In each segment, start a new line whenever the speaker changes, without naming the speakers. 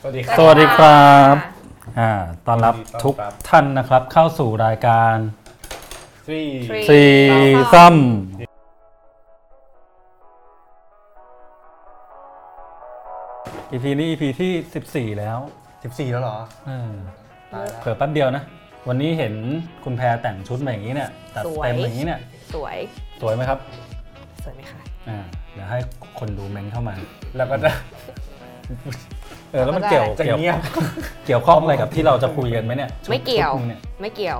สวัสดีครั
สวัสดีครับ
ะ
อ่าต้อนรับทุกท่านนะครับ เข้าสู่รายการ
ทรี
ซีซัมอีพีนี้อีพีที่ 14 แล้ว
สิบสี่แล้วเหรอ
เออ
ตายแล้ว
เผื่อแป๊บเดียวนะ วันนี้เห็นคุณแพรแต่งชุดมาอย่างนี้เนี่ยตัดเต็มอย่างนี้เนี่ย
สวย
สวยไหมครับ
สวยไหมคะ
อ่าเดี๋ยวให้คนดูเม้นเข้ามา
แล้วก็จะ
เออแล้วมันเกี่ยว
จะ
เกี่ยว
เงียบ
เกี่ยวข้องอะไรกับที่เราจะคุยกันไหมเนี่ยชุด
ไม่เกี่ยว
ชุดหนึ่งนี่
ไม่เกี่ยว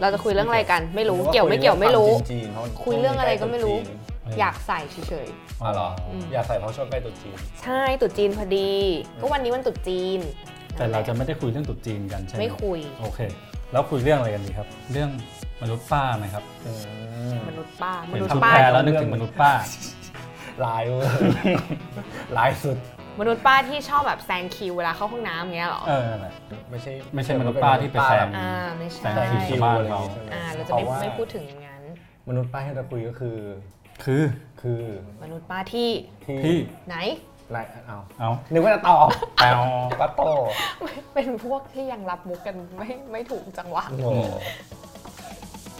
เราจะคุยเรื่องอะไรกัน ไม่รู้เกี่ยวไม่เกี่ยวไม่รู้
จงๆเพาะ
คุยเรื่องอะไรก็ไม่รู้
จีน
อยากใส่เฉย
อ๋อเหรออ
ม
อยากใส่เพราะช่วงใกล้ตรุ๊จีน
ๆ ใช่ตรุ๊จีนพอดี ก็วันนี้วันตรุ๊จีน
แต่เราจะไม่ได้คุยเรื่องตรุ๊จีนกันใช่ไหม
ไม่คุย
โอเค แล้วคุยเรื่องอะไรกันดีครับ เรื่องมนุษย์ป้าไหมครับ
มนุษย์ป้าม
เห็น
นุษ
ชุด
ย์ป้า
แพรแล้วนึกถึงมนุษย์ป้า
ลายเวอร์ ลายสุด
มนุษย์ป้าที่ชอบแบบแซงคิวเวลาเข้าห้องน้ำอย่างเงี้ยเหรอ
เออนั่นแหละ
ไม่ใช่
ไม่ใช่มนุษย์ป้าที่ไปแซง
อ่าไม่ใช่
แซง
แต่
คิว
คิวอะไรอย่างงี้ใช่ไหม
อ่าเราจะไม่
พว่
ไม่พูดถึงอย่างนั้น
มนุษย์ป้าที่เราคุยก็คือ
คือ
คือ
มนุษย์ป้าที่
พี่
ไหน
ลายเอา
เอา
นึกว่าจะตอบ
แปล
ก็โต
เป็นพวกที่ยังรับมุกกันไม่ไม่ถูกจังหวะ
โอ้โห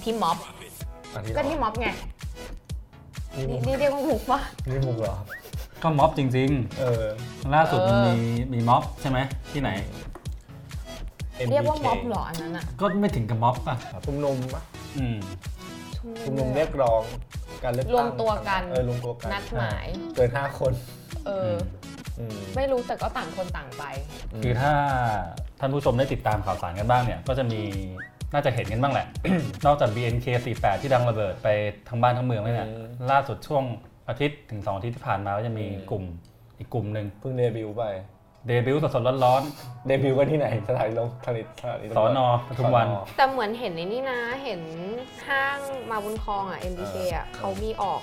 ที่ม็อบ
อันนี้เหร
ก็
อ
ที่ม็อบไง
นี่มุก
นี่เรียกว่ามุกปะ
นี่มุกเหรอ
ก็ม็อบจริง
เออ
ๆ ล่าสุดมันมีมีม็อบใช่ไหมที่ไหน
MBK
เรียกว่าม็อบเหรออันนั้นอะ
ก็ไม่ถึงกับม็อบป่ะ
ชุมนุมปะ
อืม
ชุมนุมเรียกร้องการเลือกตั้ง
รวมตัวกัน
เออรวมตัวกัน
นัดหมาย
เกินห้าคน
เออ
อืม
ไม่รู้แต่ก็ต่างคนต่างไป
คือถ้าท่านผู้ชมได้ติดตามข่าวสารกันบ้างเนี่ย ก็จะมีน่าจะเห็นกันบ้างแหละ นอกจาก BNK 48ที่ดังระเบิดไปทั้งบ้านทั้งเมืองเลยเนี่ยล่าสุดช่วงอาทิตย์ถึงสองอาทิตย์ที่ผ่านมาก็จะมีกลุ่มอีกกลุ่มหนึ่ง
เพิ่งเดบิวต์ไป
เดบิวต์สดๆร้อน
เดบิวต์กันที่ไหนสถานีลงผลิตสถานี
ๆสอนอปทุมวัน
แต่เหมือนเห็นในนี่นะ เห็นห้างมาบุญครองอ่ะ MBK อ่ะเขามีออก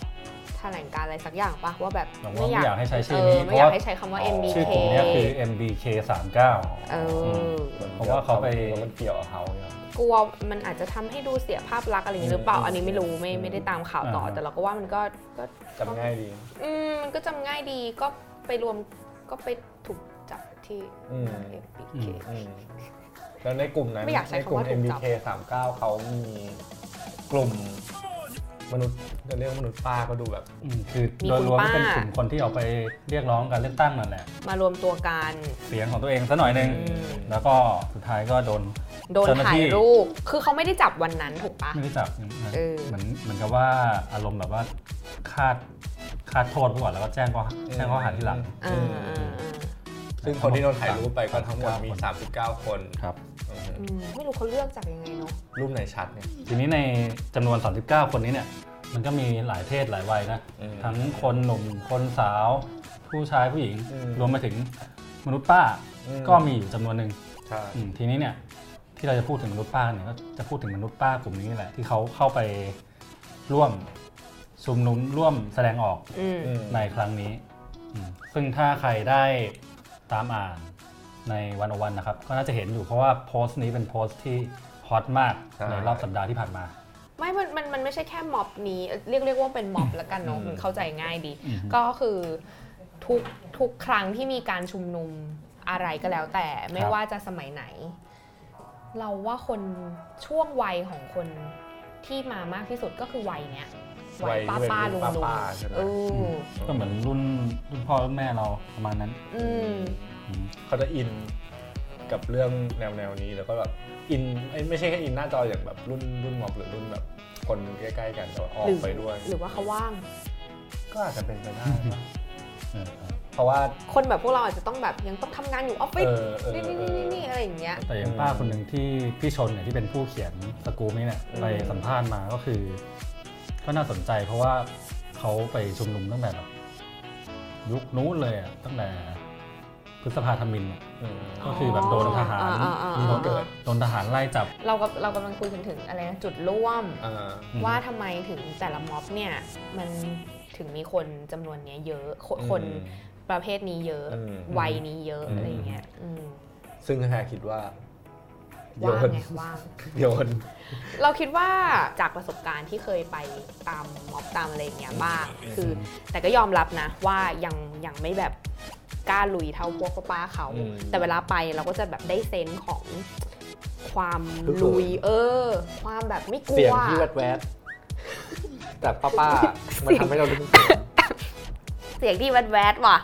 แถลงการณ์อะไรสักอย่างปะว่าแบบ
ผมว่าไม่อยากให้ใช้ชื่อนี้
เไม่อยา
เพราะ
ก
ว่า
ให้ใช้คำว่า MBK
ชื่อกลุ่มเนี้ยคือ MBK 39
เออ
เพราะว่าเขาไป
มันเกี่ยวกับเขาเนี่ย
กลัวมันอาจจะทำให้ดูเสียภาพลักษณ์อะไรอย่างนี้หรือเปล่า อันนี้ไม่รู้ไม่ไม่ได้ตามข่าวต่อ
อ่า
แต่เราก็ว่ามันก็ก็
จำง่ายดี
อืมมันก็จำง่ายดีก็ไปรวมก็ไปถูกจับที่
อืม
MBK
อืมแล้วในกลุ่มนั้น
ไม่อยากใช้
ในกลุ่ม
คำว่าถูกจับ
MBK 39เขามีกลุ่มมนุษย์จะเรียกว่ามนุษย์ป้าก็ดูแบบ
อืมคือ
มี
โดย
คุณ
รวม
ป้า
เป็นกลุ่มคนที่ออกไปเรียกร้องการเลือกตั้งนั่นแหละ
มารวมตัวกัน
เสียงของตัวเองซะหน่อยหนึง
อืม
แล้วก็สุดท้ายก็โดน
โดน
เจ้าหน้า
ถ่า
ที่
ยรูป คือเขาไม่ได้จับวันนั้นถูกปะ
ไม่ได้จับ
เออ
เหมือนเหมือนกับว่าอารมณ์แบบว่าคาดคาดโทษไว้ก่อนแล้วก็แจ้งข้อแจ้งข้อหาที่หลัง
อ่า
อืม
อ่าอ่า
ซึ่งคนที่โดนถ่ายรูปไปก็ทั้งหมดมี 39 คน
ครับ
อืม
อืมไม่รู้เขาเลือกจากยังไงเนาะ
รูปไหนชัดเนี่ย
ทีนี้ในจำนวน 39 คนนี้เนี่ย มันก็มีหลายเพศหลายวัยนะ
อืม
ทั้งคนหนุ่ม คนสาว ผู้ชายผู้หญิง
อืม
รวมไปถึงมนุษย์ป้า
อืม
ก็มีอยู่จำนวนหนึ่ง
ใช่
อืมทีนี้เนี่ยที่เราจะพูดถึงมนุษย์ป้าเนี่ยก็จะพูดถึงมนุษย์ป้ากลุ่มนี้แหละที่เขาเข้าไปร่วมชุมนุมร่วมแสดงออก
อืม
ในครั้งนี้อืมซึ่งถ้าใครได้ตามอ่านในวันอวันนะครับ ก็น่าจะเห็นอยู่เพราะว่าโพสต์นี้เป็นโพสต์ที่ฮอตมากในรอบสัปดาห์ที่ผ่านมา
ไม่มันมันมันไม่ใช่แค่ม็อบนี้ เรียกเรียกว่าเป็นม็อบละกันเนาะมันเข้าใจง่ายดี
อืม
ก็คือทุกทุกครั้งที่มีการชุมนุมอะไรก็แล้วแต่ไม่ว่าจะสมัยไหน เราว่าคนช่วงวัยของคนที่มามากที่สุดก็คือวัยเนี้ยวัยป้าป้าลุงลุง
ป้าๆใช่ไหม
เออ
ก็เหมือนรุ่นรุ่นพ่อรุ่นแม่เราประมาณนั้น
อืม
อืม
เขาจะอินกับเรื่องแนวแนวๆนี้แล้วก็แบบอินเอ้ยไม่ใช่แค่อินหน้าจออย่างแบบรุ่นรุ่นมอบหรือรุ่นแบบคนใกล้ๆกันแต่ว่าออกไปด้วย
หรือว่าเขาว่าง
ก็อาจจะเป็นไปได้นะ
เออ
เพราะว่า
คนแบบพวกเราอาจจะต้องแบบยังต้องทำงานอยู่ออฟฟิศ
เออเออ
นี่นี่
เออ
นี่นี่อะไรอย่างเงี้ย
แต่อย่างป้าคนหนึ่งที่พี่ชนเนี่ยที่เป็นผู้เขียนสกู๊ปนี้เนี่ย
อืม
ไปสัมภาษณ์มาก็คือ ก็น่าสนใจเพราะว่าเขาไปชุมนุมตั้งแต่แบบยุคนู้นเลยอะตั้งแต่พฤษภาธมินอะ
อืม
ก็คือแบบโดนทหาร
อ่าอ่าอ่า
โดน
อ่า
โดนทหารไล่จับ
เรากับเรากำลังคุยถึงถึงอะไรนะจุดร่วม
อ่า
อืม
ว่าทำไมถึงแต่ละม็อบเนี่ยมันถึงมีคนจำนวนเนี้ยเยอะคนคนประเภทนี้เยอะ
อืม
วัยนี้เยอะ
อืม
อะไรอย่างเงี้ยอืม
ซึ่งแพรคิดว่า โย
ว่าง
น
ไงว่าง
โยน
เราคิดว่าจากประสบการณ์ที่เคยไปตามม็อบตามอะไรอย่างเงี้ยบ้างคือ แต่ก็ยอมรับนะว่ายังยังไม่แบบกล้าลุยเท่าพวกป้าๆเขา
อืม
แต่เวลาไปเราก็จะแบบได้เซนส์ของความ
ฮึกเหิม
ลุยเออ ความแบบไม่กลัว
เสียงที่แวดแวดแต่ป้าป้าๆมันทำให้เรา รู้สึกเสียง
เสียงที่แวดแวดๆว่ะ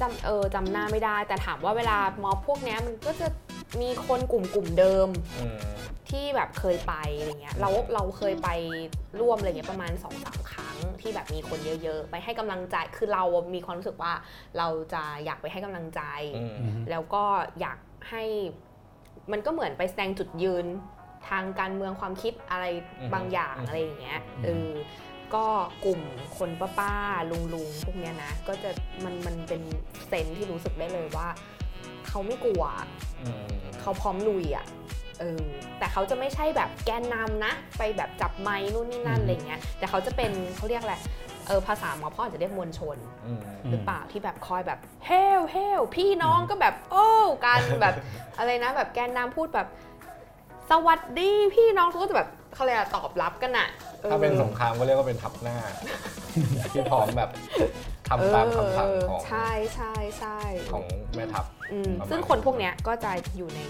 จำเออจำหน้าไม่ได้ แต่ถามว่าเวลาม็อบพวกเนี้ยมันก็จะมีคนกลุ่มกลุ่มๆเดิม ที่แบบเคยไปอะไรเงี้ยเราเราเคยไปร่วมอะไรเงี้ยประมาณ2อสาครั้งที่แบบมีคนเยอะ ๆ ไปให้กำลังใจคือเรามีความรู้สึกว่าเราจะอยากไปให้กำลังใจ
อืม
แล้วก็อยากให้มันก็เหมือนไปแสดงจุดยืนทางการเมืองความคิดอะไร
อืม
บางอย่าง
อืม
อะไรอย่างเงี้ย
อืม
เออก็กลุ่มคนป้าป้าๆลุงลุงๆพวกเนี้ยนะ ก็จะมันมันเป็นเซนที่รู้สึกได้เลยว่า เขาไม่กลัว เขาพร้อมลุยอะ่ะ เออ แต่เขาจะไม่ใช่แบบแกนนำนะ ไปแบบจับไม้นู่นนี่นั่น
อืม
อะไรเงี้ย แต่เขาจะเป็นเขาเรียกอะไร เออภาษาหมอพ่ออาจจะเรียกมวลชน หรือเปล่าที่แบบคอยแบบเฮลเฮลพี่น้องก็แบบโอ้กันแบบ อะไรนะ แบบแกนนำพูดแบบ สวัสดีพี่น้องทุกคนจะแบบเขาเลยกอะไรอะตอบรับกันอะออ
ถ้าเป็นสงครามก็เรียกว่าเป็นทับหน้า ที่พร้อมแบบทำตามคำสั่งของ
เใช่ใช่ใช่
ของแม่ทัพ
อืม
ประมาณ
ซึ่งคนพวกเนี้ยก็จะอยู่ใน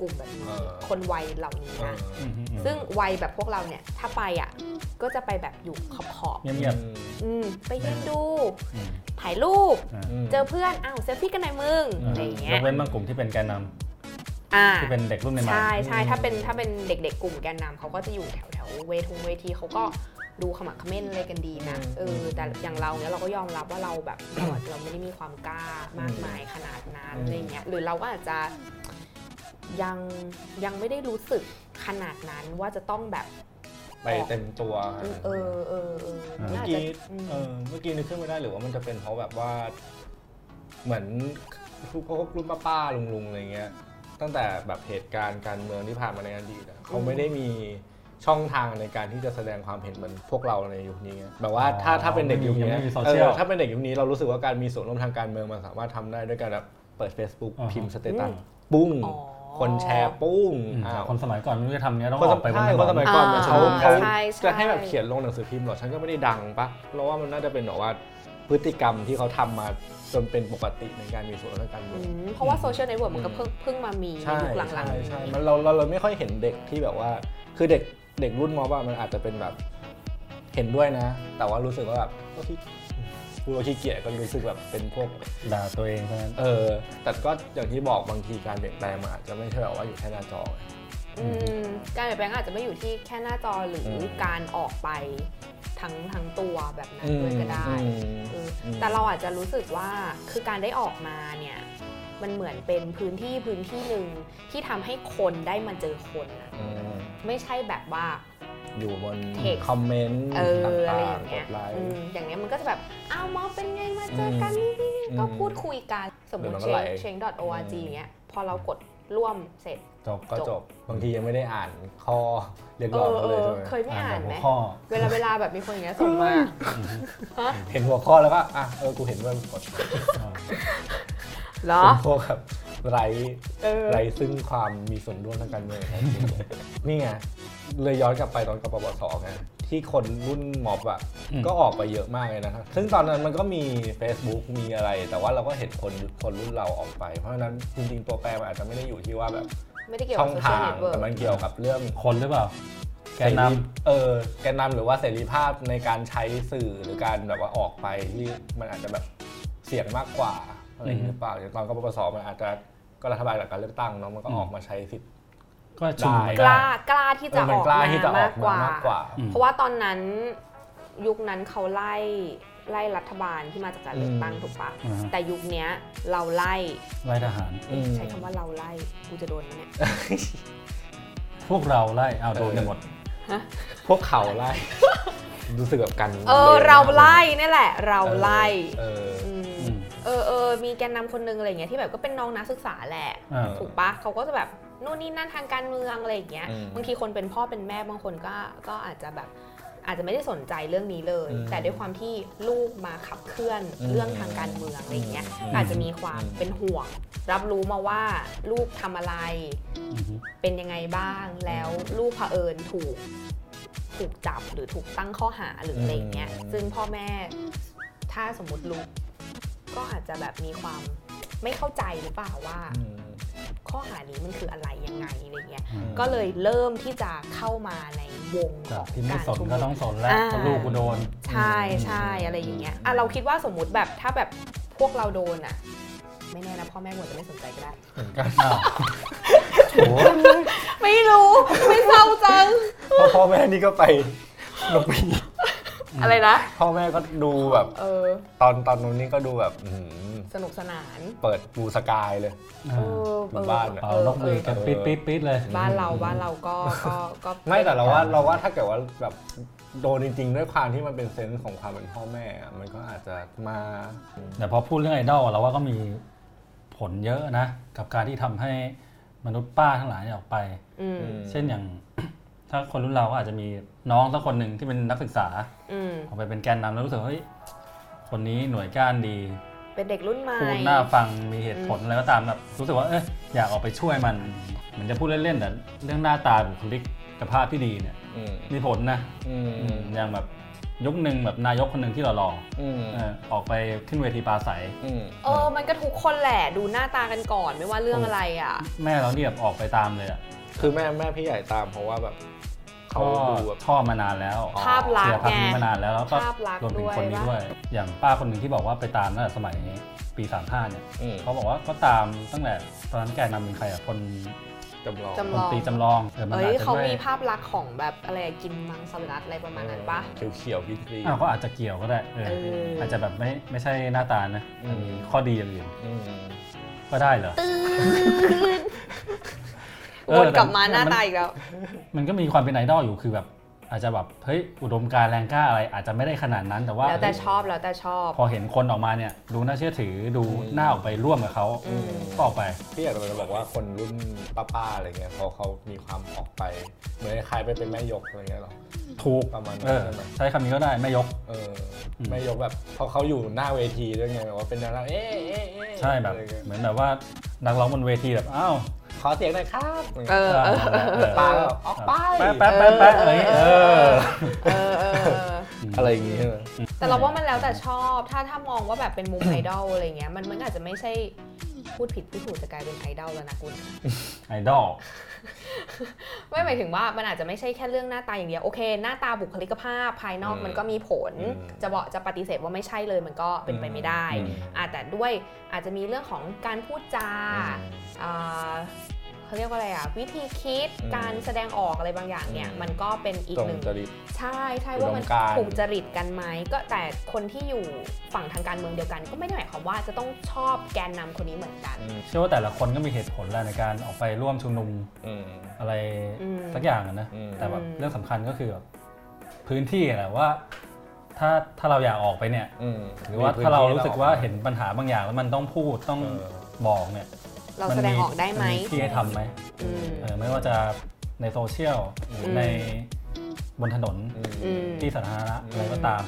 กลุ่มแบบนี้
เออ
คนวัยเหล่านี้นะ
อืมอืมอืม
ซึ่งวัยแบบพวกเราเนี่ย ถ้าไปอ่ะ ก็จะไปแบบอยู่ขอบขอบ
เงียบ
ๆอืมไปยืนดู
ๆอืม
ถ่ายรูป
อ่า
เจอเพื่อน อ้าวเซลฟี่กันหน่อยมึง อะไรอย่างเงี้
ย
ย
กเว้นบางกลุ่มที่เป็นแกนน
อ่า
ำที่เป็นเด็กรุ่นใหม่
ใช่ใช่ถ้าเป็นถ้าเป็นเด็กๆ กลุ่มแกนนำเขาก็จะอยู่แถวแถวๆเวทงเวทีเขาก็ดูขมักเขม้นอะไรกันดีนะ
อืม
เออแต่อย่างเราเนี้ยเราก็ยอมรับว่าเราแบบ เราอาจจะเราไม่ได้มีความกล้ามากมายขนาดนั้นอะไรอย่างเงี้ยหรือเราก็อาจจะยังยังไม่ได้รู้สึกขนาดนั้นว่าจะต้องแบบ
ไปเต็มตัว
เออเออเออ
เออ
น่า
เมื่อ
จะ
กี้
อืม
เออเมื่อกี้นึกขึ้นไม่ได้หรือว่ามันจะเป็นเพราะแบบว่า เหมือนพวกพวกรุ่นป้าๆลุงๆอะไรเงี้ย ตั้งแต่แบบเหตุการณ์การเมืองที่ผ่านมาในอดีตอะเขาไม่ได้มีช่องทางในการที่จะแสดงความเห็นเหมือนพวกเราในยุคนี้ไงแบบว่าถ้าถ้าเป็นเด็กยุคนี้
ยังไม่มีโซ
เอ
เชียล
อถ้าเป็นเด็กยุคนี้เรารู้สึกว่าการมีส่วนร่วมทางการเมืองมันสามารถทำได้ด้วยการแบบเปิด Facebook
อ่าฮะ
พิมพ์สเต
อื
ตัส
ม
ปุ้ง
อ๋อ
คนแชร์ปุ้ง
ๆอืม
อ้าว
คนสมัยก่อนไม่รู้จะทำเนี้ยต้อง
คน
อ
ส
อก
มั
ไป
ย
บน
คนส
ถนน
มัยก่อน
อ่า
มันชมกัน
ใช่ใช่
จะให้แบบเขียนลงหนังสือพิมพ์หรอ ฉันก็ไม่ได้ดังปะเราว่ามันน่าจะเป็นแบบว่าพฤติกรรมที่เขาทำมาจนเป็นปกติในการมีส่วนร่วมทางการเมื
อื
อง
มเพราะว่าโซเชียลเน็ตเวิร์กมันก็เพิ่งเพิ่งมามีใน
ใช่
ยุคหลั
ใช่
ง
ใช่มันเราเราเราไม่ค่อยเห็นเด็กที่แบบว่า คือเด็กเด็กรุ่นมอบ่ามันอาจจะเป็นแบบ เห็นด้วยนะ แต่ว่ารู้สึกว่าแบบก็ขี้กูเราขี้เกียจก็รู้สึกแบบเป็นพวก
ด่าตัวเองเท่านั้น
เออ แต่ก็อย่างที่บอกบางทีการเปลี่ยนแปลงมันอาจจะไม่ใช่แบบว่าอยู่แค่หน้าจอไง
ๆอืมการเปลี่ยนแปลงอาจจะไม่อยู่ที่แค่หน้าจอหรืออ
ม
การออกไปทั้งทั้งตัวแบบนั้นด้วยก็ได้
อืม
เอออ
ม
แต่เราอาจจะรู้สึกว่าคือการได้ออกมาเนี่ยมันเหมือนเป็นพื้นที่พื้นที่หนึ่งที่ทำให้คนได้มาเจอคนนะ
อืม
ไม่ใช่แบบว่า
อยู่บน
Text
คอมเมนต์
เอออะไร
ต่า
อง
ๆก
ย่างเงี้ย
ดไลค์
อืมอย่างเนี้ยมันก็จะแบบอ้าวมอเป็นไงมาเจอกัน
อืม
นี่นี่นี่
อืม
ก็พูดคุยกัน สมม
หรือมัน
ติ
ก็
เช
ไหล
งเชง .org เงี้ยพอเรากดร่วมเสร็จ
จบ
ก็
จ
จ
บ
บบางทียังไม่ได้อ่านข้อเรียก
เอ
ร้อง
อ
เขา
เอ
เลย
อ
ใช่ไหม
เคยไม่อ่าน
หั
ไหม
วข้อ
เวลาเวลาแบบมีคนอย่างเงี้ยส่งมาฮะ
เห็นหัวข้อแล้วก็อ่ะเออกูเห็นว่ามันกด
เหรอ
เป็นพวกแบบไร
เออ
ไรซึ่งความมีส่วนร่วมทางการเมืองของจริงนี่ไงเลยย้อนกลับไปตอนกปปสไงที่คนรุ่นมอบอ่ะ
อืม
ก็ออกไปเยอะมากเลยนะครับ ซึ่งตอนนั้นมันก็มี Facebook มีอะไร แต่ว่าเราก็เห็นคนคนรุ่นเราออกไป เพราะฉะนั้นจริงๆตัวแปรมันอาจจะไม่ได้อยู่ที่ว่าแบบ
ไม่ได้เกี่ยว
ช่อบ
กั
ง
โซเชีย
ทาง
ลเน็ตเวิร์
แต่มันเกี่ยวกับเรื่อง
คนหรือเปล่า แกนน
เออแกนนำหรือว่าเสรีภาพในการใช้สื่อหรือการแบบว่าออกไปที่มันอาจจะแบบเสี่ยงมากกว่าอะไรอย่างเงี้ยหรือเปล่าอย่างตอนกปปสมันอาจจะก็รัฐบาลหลังการเลือกตั้งเนาะมันก็ออกมาใช้สิทธิ์
ำก็ชุมนุ
ได้
มไม่
ก
ได้
ล้ากล้าที่
เอ
จะ
อ
อ
มัน
อก
กล้า
มา
ที่จะออ
มาก ก
มาก
ว่า
มากกว่า
อืม
เพราะว่าตอนนั้นยุคนั้นเขาไล่ไล่รัฐบาลที่มาจากการเลือกตั้ง
อืม
ถูกปะ
อ่าฮะ
แต่ยุคเนี้ยเราไล่
ไล่ทหาร
อืม
ใช้คำว่าเราไล่กูจะโดนไหมเนี่ย
พวกเราไล่เอาโดนกันหมด
พวกเขาไล่ รู้สึกแบบกัน
เออ เราไล่นี่แหละ เราไล่
เออ
มเออเออมีแกนนำคนนึงอะไรอย่างเงี้ยที่แบบก็เป็นน้องนักศึกษาแหละ
อ่า
ถูกปะเขาก็จะแบบนู่นนี่นั่นทางการเมืองอะไรอย่างเงี้ย
อืม
บางทีคนเป็นพ่อเป็นแม่บางคนก็ก็อาจจะแบบอาจจะไม่ได้สนใจเรื่องนี้เลย
อืม
แต่ด้วยความที่ลูกมาขับเคลื่อน
อืม
เรื่องทางการเมืองอะไรอย่างเงี้ย
อืม
อาจจะมีความเป็นห่วง รับรู้มาว่าลูกทำอะไร
อือฮึ
เป็นยังไงบ้างแล้วลูกเผอิญถูกถูกจับหรือถูกตั้งข้อหาหรืออะไรอย่างเงี้ย
อืม
ซึ่งพ่อแม่ถ้าสมมติรู้ก็อาจจะแบบมีความไม่เข้าใจหรือเปล่าว่า
อืม
ข้อหานี้มันคืออะไรยังไงอะไรเงี้ย
อืม
ก็เลยเริ่มที่จะเข้ามาในวงข
จา
อก ง
ที่ไม่
การ
สน
ชุม
ก็
นุ
ต้อ
ม
งสนแล้ว
อ่า
เพราะลูกกูโดน
ใช่ใช่อะไรอย่างเงี้ยอ่ะเราคิดว่าสมมติแบบถ้าแบบพวกเราโดนอ่ะ ไม่แน่นะพ่อแม่หมดจะไม่สนใจก็ได้
เหมือนกัน
อ้าวโอ้โห
ไม่รู้ไม่เศร้าจัง
เพราะพ่อแม่นี่ก็ไป นกพี
อะไรนะ
พ่อแม่ก็ดูแบบ
เออ
ตอนตอนนู้นนี่ก็ดูแบบอื้อหือ
สนุกสนาน
เปิดบูสกายเลย
อ่า
เหมือนบ้านอะ
เป่านกหวีดกัน
เอ
ปี๊
อ
ดปี๊ดปี๊ดเลย
บ้านเราบ้านเราก็ ก็ก็
ไม่แต่เราว่าเราว่าถ้าเกิดว่าแบบโดนจริงๆด้วยความที่มันเป็นเซนส์ของความเป็นพ่อแม่อะมันก็อาจจะมา
แต่พอพูดเรื่องไอดอลเราว่าก็มีผลเยอะนะ กับการที่ทำให้มนุษย์ป้าทั้งหลายเนี่ยออกไป
อืม
ม
เช่นอย่าง ถ้าคนรุ่นเราก็อาจจะมีน้องสักคนหนึ่งที่เป็นนักศึกษา
อืม
ออกไปเป็นแกนนำแล้วรู้สึกว่าเฮ้ยคนนี้หน่วยก้านดี
เป็นเด็กรุ่นใหม่
พูดหน้าฟังมีเหตุผลอะไรก็ตามแบบรู้สึกว่าเอยอยากออกไปช่วยมันเหมันจะพูดเล่นๆแต่เรื่องหน้าตาบุคลิกภาพที่ดีเนี่ย
อืม
มีผลนะ
อืม
อืมอย่างแบบยุคหนึ่งแบบนายกคนหนึ่งที่หล่อ
อืม
ๆเออออกไปขึ้นเวทีปราศัย
อืม
เออมันก็ทุกคนแหละดูหน้าตากันก่อนไม่ว่าเรื่องอะไรอ่ะ
แม่เราเนี่ยแบบออกไปตามเลยอ่ะ
คือแม่แม่พี่ใหญ่ตามเพราะว่าแบบเขา
ก็
ดูแบบ
ชอบมานานแล้ว
อ๋อ
ภาพลัก
เสี
ษ
ย
ณ์
พัก
ไง
นี้มานานแล้วแล้วก็
ภาพลักษณ์
รวมถึงคนนี้
ด้วย
ด้วย อย่างป้าคนหนึ่งที่บอกว่าไปตามตั้งแต่สมัยปี 35เนี่ย
อืม
เขาบอกว่าก็ตามตั้งแต่ตอนนั้นแกนนำเป็นใครอ่ะคน
จำลอง
จำ
คนตีจำลองเออมัน
เอ้
อาย จจะ
เขา
ด้วย
มีภาพลักษณ์ของแบบอะไรอะกินมังสวิรัตอะไรประมาณนั้นปะ
เขียวเขียวๆพี่พี
อ้าวก็อาจจะเกี่ยวก็ได้เออ
เอออ
อาจจะแบบไม่ไม่ใช่หน้าตานะ
อืม
มีข้อดีอย่างอื่น
อืม
ก็ได้เหรอ
ตื่น
เอ
ว
อน
กลับมา
แต่
หน้า
มัน
ตาอีกแล้ว
มันก็มีความเป็นไอดอลอยู่คือแบบ อาจจะแบบเฮ้ยอุดมการณ์แรงกล้าอะไร อาจจะไม่ได้ขนาดนั้นแต่ว่า
แล้วแต่
เฮ้ย
ชอบแล้วแต่ชอบ
พอเห็นคนออกมาเนี่ยดูน่าเชื่อถือดูหน้าออกไปร่วมกับเขา
อืม
ก็ออกไป
พี่อยากจะบอกว่าคนรุ่นป้าๆอะไรเงี้ยเขาเขามีความออกไป เหมือนใครไปเป็นแม่ยกอะไรเงี้ยหรอ
ถูก
ประมาณนั้น
เออ
ใช่ไหม
ใช้คำนี้ก็ได้ไม่ยก
เอออ
ม
แม่ยกแบบเขาเขาอยู่หน้าเวทีด้วยไงแบบว่าเป็นนางรำเอ๊ะเอ๊ะเอ๊ะ
ใช่แบบ
อะไรเงี้ย
เหมือนแบบว่านักร้องบนเวทีแบบอ้าว
ขอเสียงหน่อยครับ
เออเออ
เออ
ป้าก็ออกไป
แป๊บแป๊บแป๊บแป๊บอะไรอย่างงี้เออ
เออเออเออ
อะไรอย่างเงี้ย
แต่เราว่ามันแล้วแต่ชอบ ถ้าถ้ามองว่าแบบเป็นมุม ไอดอลอะไรเงี้ย มันมันก็อาจจะไม่ใช่พูดผิดพูดถูกจะกลายเป็นไอดอลแล้วนะคุณ
ไอดอล
ไม่หมายถึงว่ามันอาจจะไม่ใช่แค่เรื่องหน้าตาอย่างเดียว โอเค หน้าตาบุคลิกภาพภายนอก
อืม
มันก็มีผล
อืม
จะบอกจะปฏิเสธว่าไม่ใช่เลยมันก็เป็นไปไม่ได้
อืม
อ่ะแต่ด้วยอาจจะมีเรื่องของการพูดจา
อืม
อ่าเขาเรียกว่าอะไรอะวิธีคิด
อืม
การแสดงออกอะไรบางอย่างเนี่ย
อืม
มันก็เป็นอีก
ตรง
หนึ่ง
จริต
ใช่ใช่ว่ามัน
อุดมการณ์
ถูกจริตกันไหมก็แต่คนที่อยู่ฝั่งทางการเมืองเดียวกัน ก็ไม่ได้หมายความว่าจะต้องชอบแกนนำคนนี้เหมือนกัน
อืม
เชื่อว่าแต่ละคนก็มีเหตุผลแหละในการออกไปร่วมชุมนุม
อืม
อะไร
อืม
สักอย่างอะนะ
อืม
แต่แบบ
อืม
เรื่องสำคัญก็คือแบบพื้นที่แหละว่า ถ้าถ้าเราอยากออกไปเนี่ย
อืม
หรือว่า
มีพื้น
ถ้าเรา
ที่
รู้สึกว่าเห็นปัญหาบางอย่างแล้วมันต้องพูดต้อง
เออ
บอกเนี่ย
เราแสดงออกได้ไหม
นที่ให้ทำไหม
อืม
เออไม่ว่าจะในโซเชียลหรือในบนถนน
อืม
ที่สาธารณะ
อืม
อะไรก็ตาม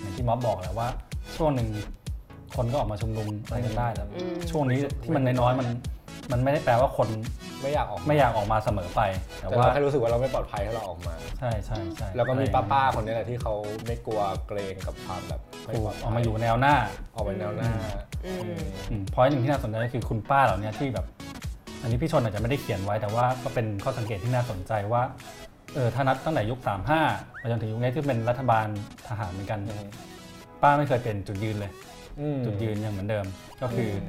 อย่างที่ม็อบบอกแหละว่า ช่วงหนึ่งคนก็ออกมาชุมนุมอะไรกันได้แต่
อืม
ช่วงนี้ที่มันน้อยๆมัน มันไม่ได้แปลว่าคน
ไม่อยากออก
ไม่อยากออกมาเสมอไป แต่
แต่
ว่า
เราแค่รู้สึกว่าเราไม่ปลอดภัยถ้าเราออกมา
ใช่ใช่ใช่
แล้วก็มีป้าๆคนนี้แหละที่เขาไม่กลัวเกรงกับความแบบไม่
ถู
ป
ก
ลอดภั
เอามาอยู่แนวหน้า
ออกไปแนวหน้า
อืม
พอยหนึ่งที่น่าสนใจก็คือคุณป้าเหล่านี้ที่แบบ อันนี้พี่ชนอาจจะไม่ได้เขียนไว้แต่ว่าก็เป็นข้อสังเกตที่น่าสนใจว่าเออถ้านับตั้งแต่ยุค 35มาจนถึงยุคนี้ที่เป็นรัฐบาลทหารเหมือนกัน ป้าไม่เคยเปลี่ยนจุดยืนเลย
อืม
จุดยืนยังเหมือนเดิม ก็คือ
ม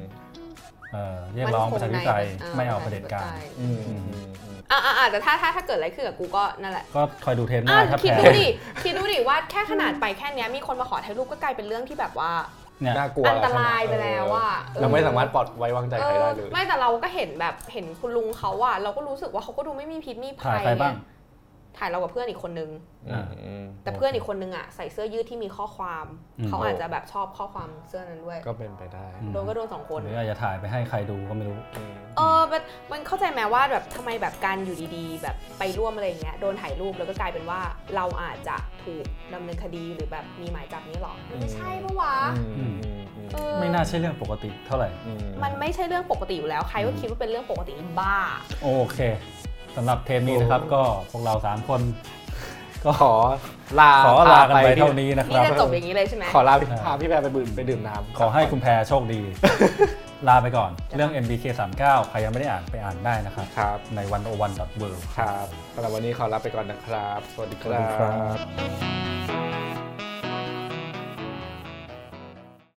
เออเรียกร้องประชาธิปไตย
นคงใน
ไม่เอาเผด็จการ
อืมอืมอืม
อ่ะอ่ะอ่ะแต่ถ้าถ้าถ้าเกิดอะไรขึ้นกับกูก็นั่นแหละ
ก็คอยดูเทปห
อ่ะ
น้าถ้า
คิด
แพ้
ดูดิคิดดูดิว่าแค่ขนาดไปแค่เนี้ยมีคนมาขอถ่ายรูปก็กลายเป็นเรื่องที่แบบว่า
เนี่ย
น่ากลัว
อันตรายไปแล้วอะ
เออเราไม่สามารถปลอดไว้วางใจใครได้เล
อย อไม่แต่เราก็เห็นแบบเห็นคุณลุงเขาอะเราก็รู้สึกว่าเขาก็ดูไม่มีพิษมีภั
ถ่าย
ย
ใครบ้าง
ถ่ายเรากับเพื่อนอีกคนนึง
อ่า
อืม
แต่เพื่อนอีกคนนึงอ่ะใส่เสื้อยืดที่มีข้อความ
อืม
เขาอาจจะแบบชอบข้อความเสื้อนั้นด้วย
ก็เป็นไปได้
โดนก็โดนสองคน
หรืออาจจะถ่ายไปให้ใครดูก็ไม่รู้
อืม
เออมันมันเข้าใจไหมว่าแบบทำไมแบบการอยู่ดีๆ แบบไปร่วมอะไรอย่างเงี้ยโดนถ่ายรูปแล้วก็กลายเป็นว่าเราอาจจะถูกดำเนินคดีหรือแบบมีหมายจับนี้หรอมันไม่ใช่ปะวะ
อืมอืมอืม ม
เออ
ไม่น่าใช่เรื่องปกติเท่าไหร่
อืม
มันไม่ใช่เรื่องปกติอยู่แล้ว ใครก็คิดว่าเป็นเรื่องปกติบ้า
โอเคสำหรับเทปนี้นะครับ
โอ้
ก็พวกเรา 3 คนก็
ขอลา
ขอลากันไป
พ
เท่านี้นะค
นี่
รับ
จะจบอย่างนี้เลยใช่ไหม
ขอลาพี่
อ่า
พาพี่แพรไปดื่มไปดื่มน้ำ
ขอให้คุณแพรโชคดี ลาไปก่อน เรื่อง MBK 39ใครยังไม่ได้อ่านไปอ่านได้นะครับ
ครับ
ในวันโอวันดอทเวิ
ครับสำหรับวันนี้ขอลาไปก่อนนะครับ สวัสดีครับ